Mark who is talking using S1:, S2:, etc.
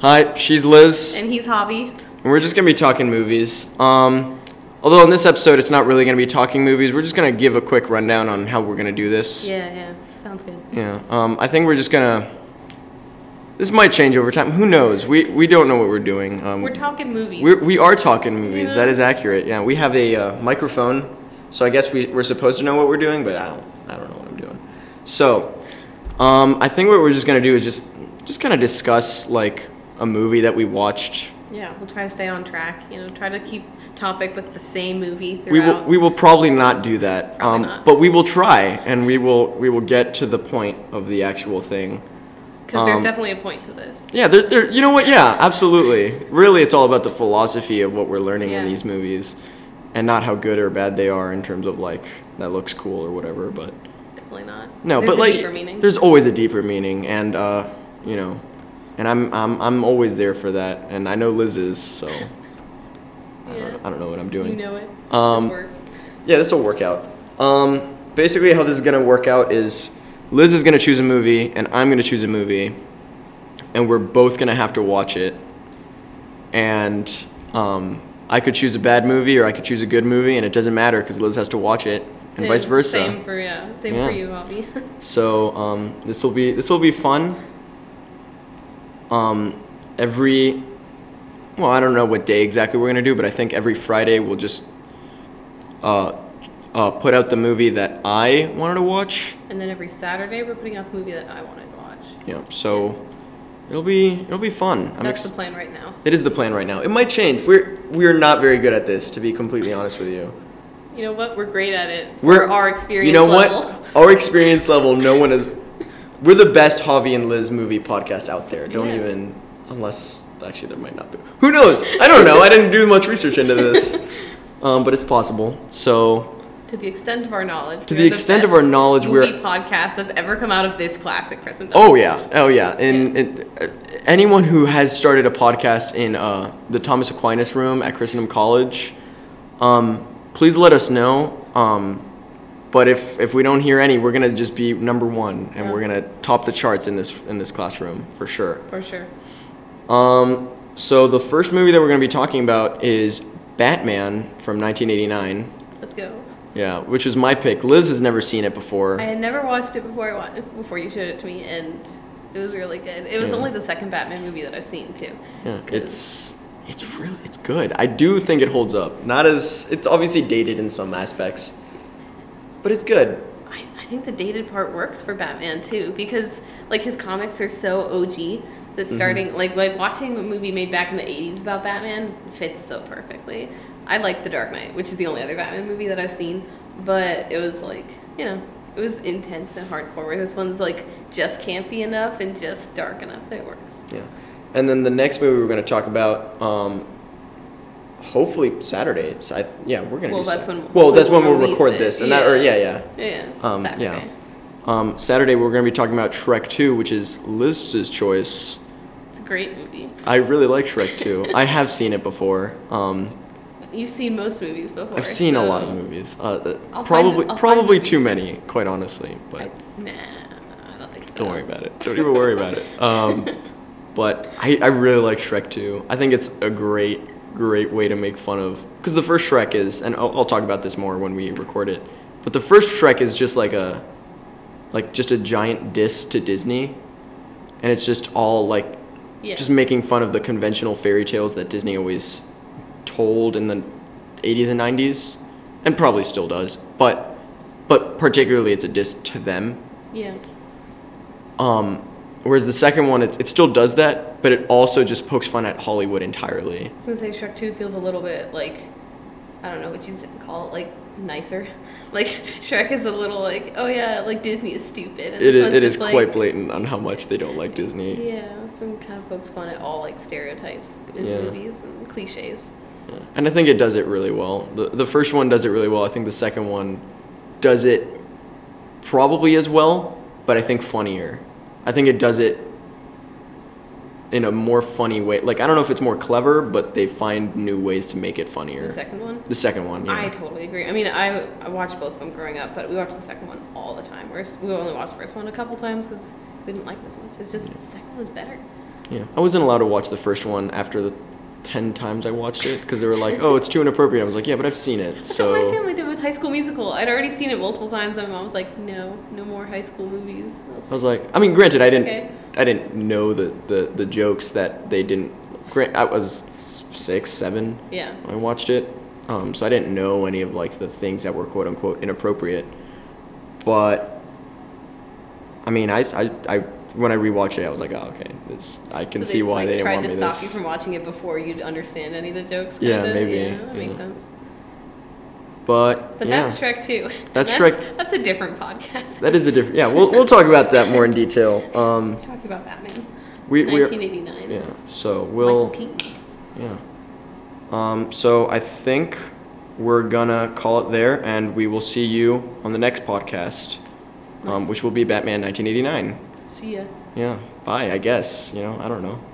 S1: Hi, she's Liz, and
S2: And he's Javi.
S1: we're just gonna be talking movies. Um, although in this episode, it's not really gonna be talking movies. We're just gonna give a quick rundown on how we're gonna do this.
S2: Yeah, yeah. Sounds good.
S1: Yeah. Um, I think we're just gonna. This might change over time. Who knows? We we don't know what we're doing. Um,
S2: We're talking movies.
S1: We're, we are talking movies.
S2: Yeah.
S1: That is accurate. Yeah, we have a uh, microphone, so I guess we, we're supposed to know what we're doing, but I don't. I don't know what I'm doing. So, um, I think what we're just gonna do is just just kind of discuss like a movie that we watched.
S2: yeah, we'll try to stay on track. You know, try to keep topic with the same movie
S1: We will
S2: throughout.
S1: we will probably not do that, um,
S2: Probably not.
S1: but we will try, and we will we will get to the point of the actual thing.
S2: Because there's
S1: um,
S2: definitely a point to this.
S1: Yeah, they're, they're, you know what? Yeah, absolutely. Really, it's all about the philosophy of what we're learning in
S2: Yeah.
S1: these movies and not how good or bad they are in terms of like, that looks cool or whatever. But
S2: Definitely not.
S1: no,
S2: there's
S1: but
S2: a
S1: like,
S2: deeper meaning.
S1: there's always a deeper meaning. And, uh, you know, and I'm, I'm, I'm always there for that. And I know Liz is, so I,
S2: Yeah.
S1: don't, know- I don't know what I'm doing.
S2: You know it.
S1: Um,
S2: this works.
S1: Yeah, this will work out. Um, basically, how this is gonna work out is Liz is gonna choose a movie, and I'm gonna choose a movie, and we're both gonna have to watch it. And um, I could choose a bad movie, or I could choose a good movie, and it doesn't matter because Liz has to watch it, and vice versa.
S2: Same for yeah. Same
S1: Yeah.
S2: for you, Javi.
S1: So um, this will be this will be fun. Um, every well, I don't know what day exactly we're gonna do, but I think every Friday we'll just uh, uh, put out the movie that I wanted to watch.
S2: and then every Saturday we're putting out the movie that I want to watch.
S1: Yeah, so it'll be it'll be fun. I'm
S2: That's
S1: ex-
S2: the plan right now.
S1: it is the plan right now. It might change. We're we're not very good at this, to be completely honest with you.
S2: You know what? We're great at it. for our experience
S1: You know
S2: level.
S1: what? Our experience level. No one is. We're the best Javi and Liz movie podcast out there. Don't
S2: Yeah.
S1: even. Unless actually there might not be. Who knows? I don't know. I didn't do much research into this, um, but it's possible. So
S2: To the extent of our knowledge.
S1: To
S2: we
S1: the
S2: are
S1: extent of
S2: best
S1: our knowledge, we
S2: movie
S1: are-
S2: podcast that's ever come out of this classic Christendom.
S1: oh yeah, oh yeah, and, and uh, anyone who has started a podcast in uh, the Thomas Aquinas room at Christendom College, um, please let us know. Um, but if if we don't hear any, we're gonna just be number one, and we're gonna top the charts in this in this classroom for sure.
S2: for sure.
S1: Um, so the first movie that we're going to be talking about is Batman from 1989.
S2: Let's go.
S1: Yeah, which was my pick. Liz has never seen it before.
S2: I had never watched it before. I wa- before you showed it to me, and it was really good. It was
S1: Yeah.
S2: only the second Batman movie that I've seen too.
S1: yeah,
S2: 'Cause-
S1: it's it's really it's good. I do think it holds up. Not as it's obviously dated in some aspects, but it's good.
S2: I, I think the dated part works for Batman too because like his comics are so OG
S1: Mm-hmm.
S2: that starting like like watching a movie made back in the 80s about Batman fits so perfectly. I like The Dark Knight, which is the only other Batman movie that I've seen, but it was like, you know, it was intense and hardcore. Where this one's like just campy enough and just dark enough that it works.
S1: Yeah, and then the next movie we're going to talk about. Um, Hopefully Saturday. So I, yeah, we're gonna.
S2: Well,
S1: do
S2: that's
S1: Sat-
S2: when-
S1: Well, that's
S2: we'll
S1: when we'll
S2: release
S1: record
S2: it.
S1: this, and that, or yeah,
S2: Yeah.
S1: yeah.
S2: Yeah.
S1: Um, yeah.
S2: Saturday.
S1: Um, Saturday, we're going to be talking about Shrek 2, which is Liz's choice.
S2: It's a great movie.
S1: I really like Shrek 2. I have seen it before. Um,
S2: You've seen most movies before.
S1: I've seen a lot of
S2: so-
S1: movies. Uh, th-
S2: I'll find-
S1: probably
S2: I'll find
S1: probably too
S2: movies.
S1: many, quite honestly. But
S2: I, nah, I don't think so.
S1: don't worry about it. Don't even worry about it. Um, but I, I really like Shrek 2. I think it's a great, great way to make fun of. Because the first Shrek is, and I'll, I'll talk about this more when we record it, but the first Shrek is just like a, like just a giant diss to Disney. And it's just all like,
S2: Yeah.
S1: just making fun of the conventional fairy tales that Disney always told in the 80s and 90s, and probably still does. But, but particularly it's a diss to them
S2: Yeah.
S1: um, whereas the second one, it, it still does that, but it also just pokes fun at Hollywood entirely.
S2: I was gonna say Shrek Two feels a little bit like I don't know what you s- call it, like nicer. Like Shrek is a little like oh yeah, like Disney is stupid. And
S1: It
S2: this
S1: is,
S2: one's
S1: it
S2: just
S1: is
S2: like,
S1: quite blatant on how much they don't like Disney.
S2: Yeah, this one kind of pokes fun at all like stereotypes in
S1: Yeah.
S2: movies and cliches.
S1: Yeah. And I think it does it really well. The, the first one does it really well. I think the second one does it probably as well, but I think funnier. I think it does it in a more funny way. Like, I don't know if it's more clever, but they find new ways to make it funnier.
S2: The second one.
S1: The second one, yeah.
S2: I totally agree. I mean, I, I watched both of them growing up, but we watched the second one all the time. Whereas we only watched the first one a couple times because we didn't like it as much. It's just the second one was better.
S1: Yeah, I wasn't allowed to watch the first one after the ten times I watched it because they were like, "Oh, it's too inappropriate." I was like, "Yeah, but I've seen it."
S2: That's what my
S1: So
S2: family did with High School Musical. I'd already seen it multiple times, and my mom was like, "No, no more high school movies." I was
S1: I was like, I mean, granted, I didn't,
S2: Okay.
S1: I didn't know the, the the jokes that they didn't. Grant, I was six, seven.
S2: like, yeah,
S1: when I watched it, um, so I didn't know any of like the things that were quote unquote inappropriate. But I mean, I, I, I when I rewatched it, I was like, oh, okay, this I can
S2: So
S1: see why
S2: like,
S1: they didn't
S2: tried
S1: want
S2: to
S1: me
S2: stop
S1: this.
S2: you from watching it before you'd understand any of the jokes.
S1: Yeah,
S2: kinda.
S1: maybe,
S2: Yeah, that makes
S1: yeah.
S2: sense.
S1: but
S2: But
S1: yeah,
S2: that's Trek too.
S1: That's
S2: That's,
S1: Shrek-
S2: a different podcast.
S1: that is a different. Yeah, we'll we'll talk about that more in detail. Um,
S2: Talking about Batman.
S1: we we are-
S2: 1989.
S1: yeah. So we'll
S2: Michael Keaton.
S1: yeah. Um, so I think we're gonna call it there, and we will see you on the next podcast, um,
S2: Nice.
S1: which will be Batman 1989.
S2: See ya.
S1: Yeah, bye, I guess. You know, I don't know.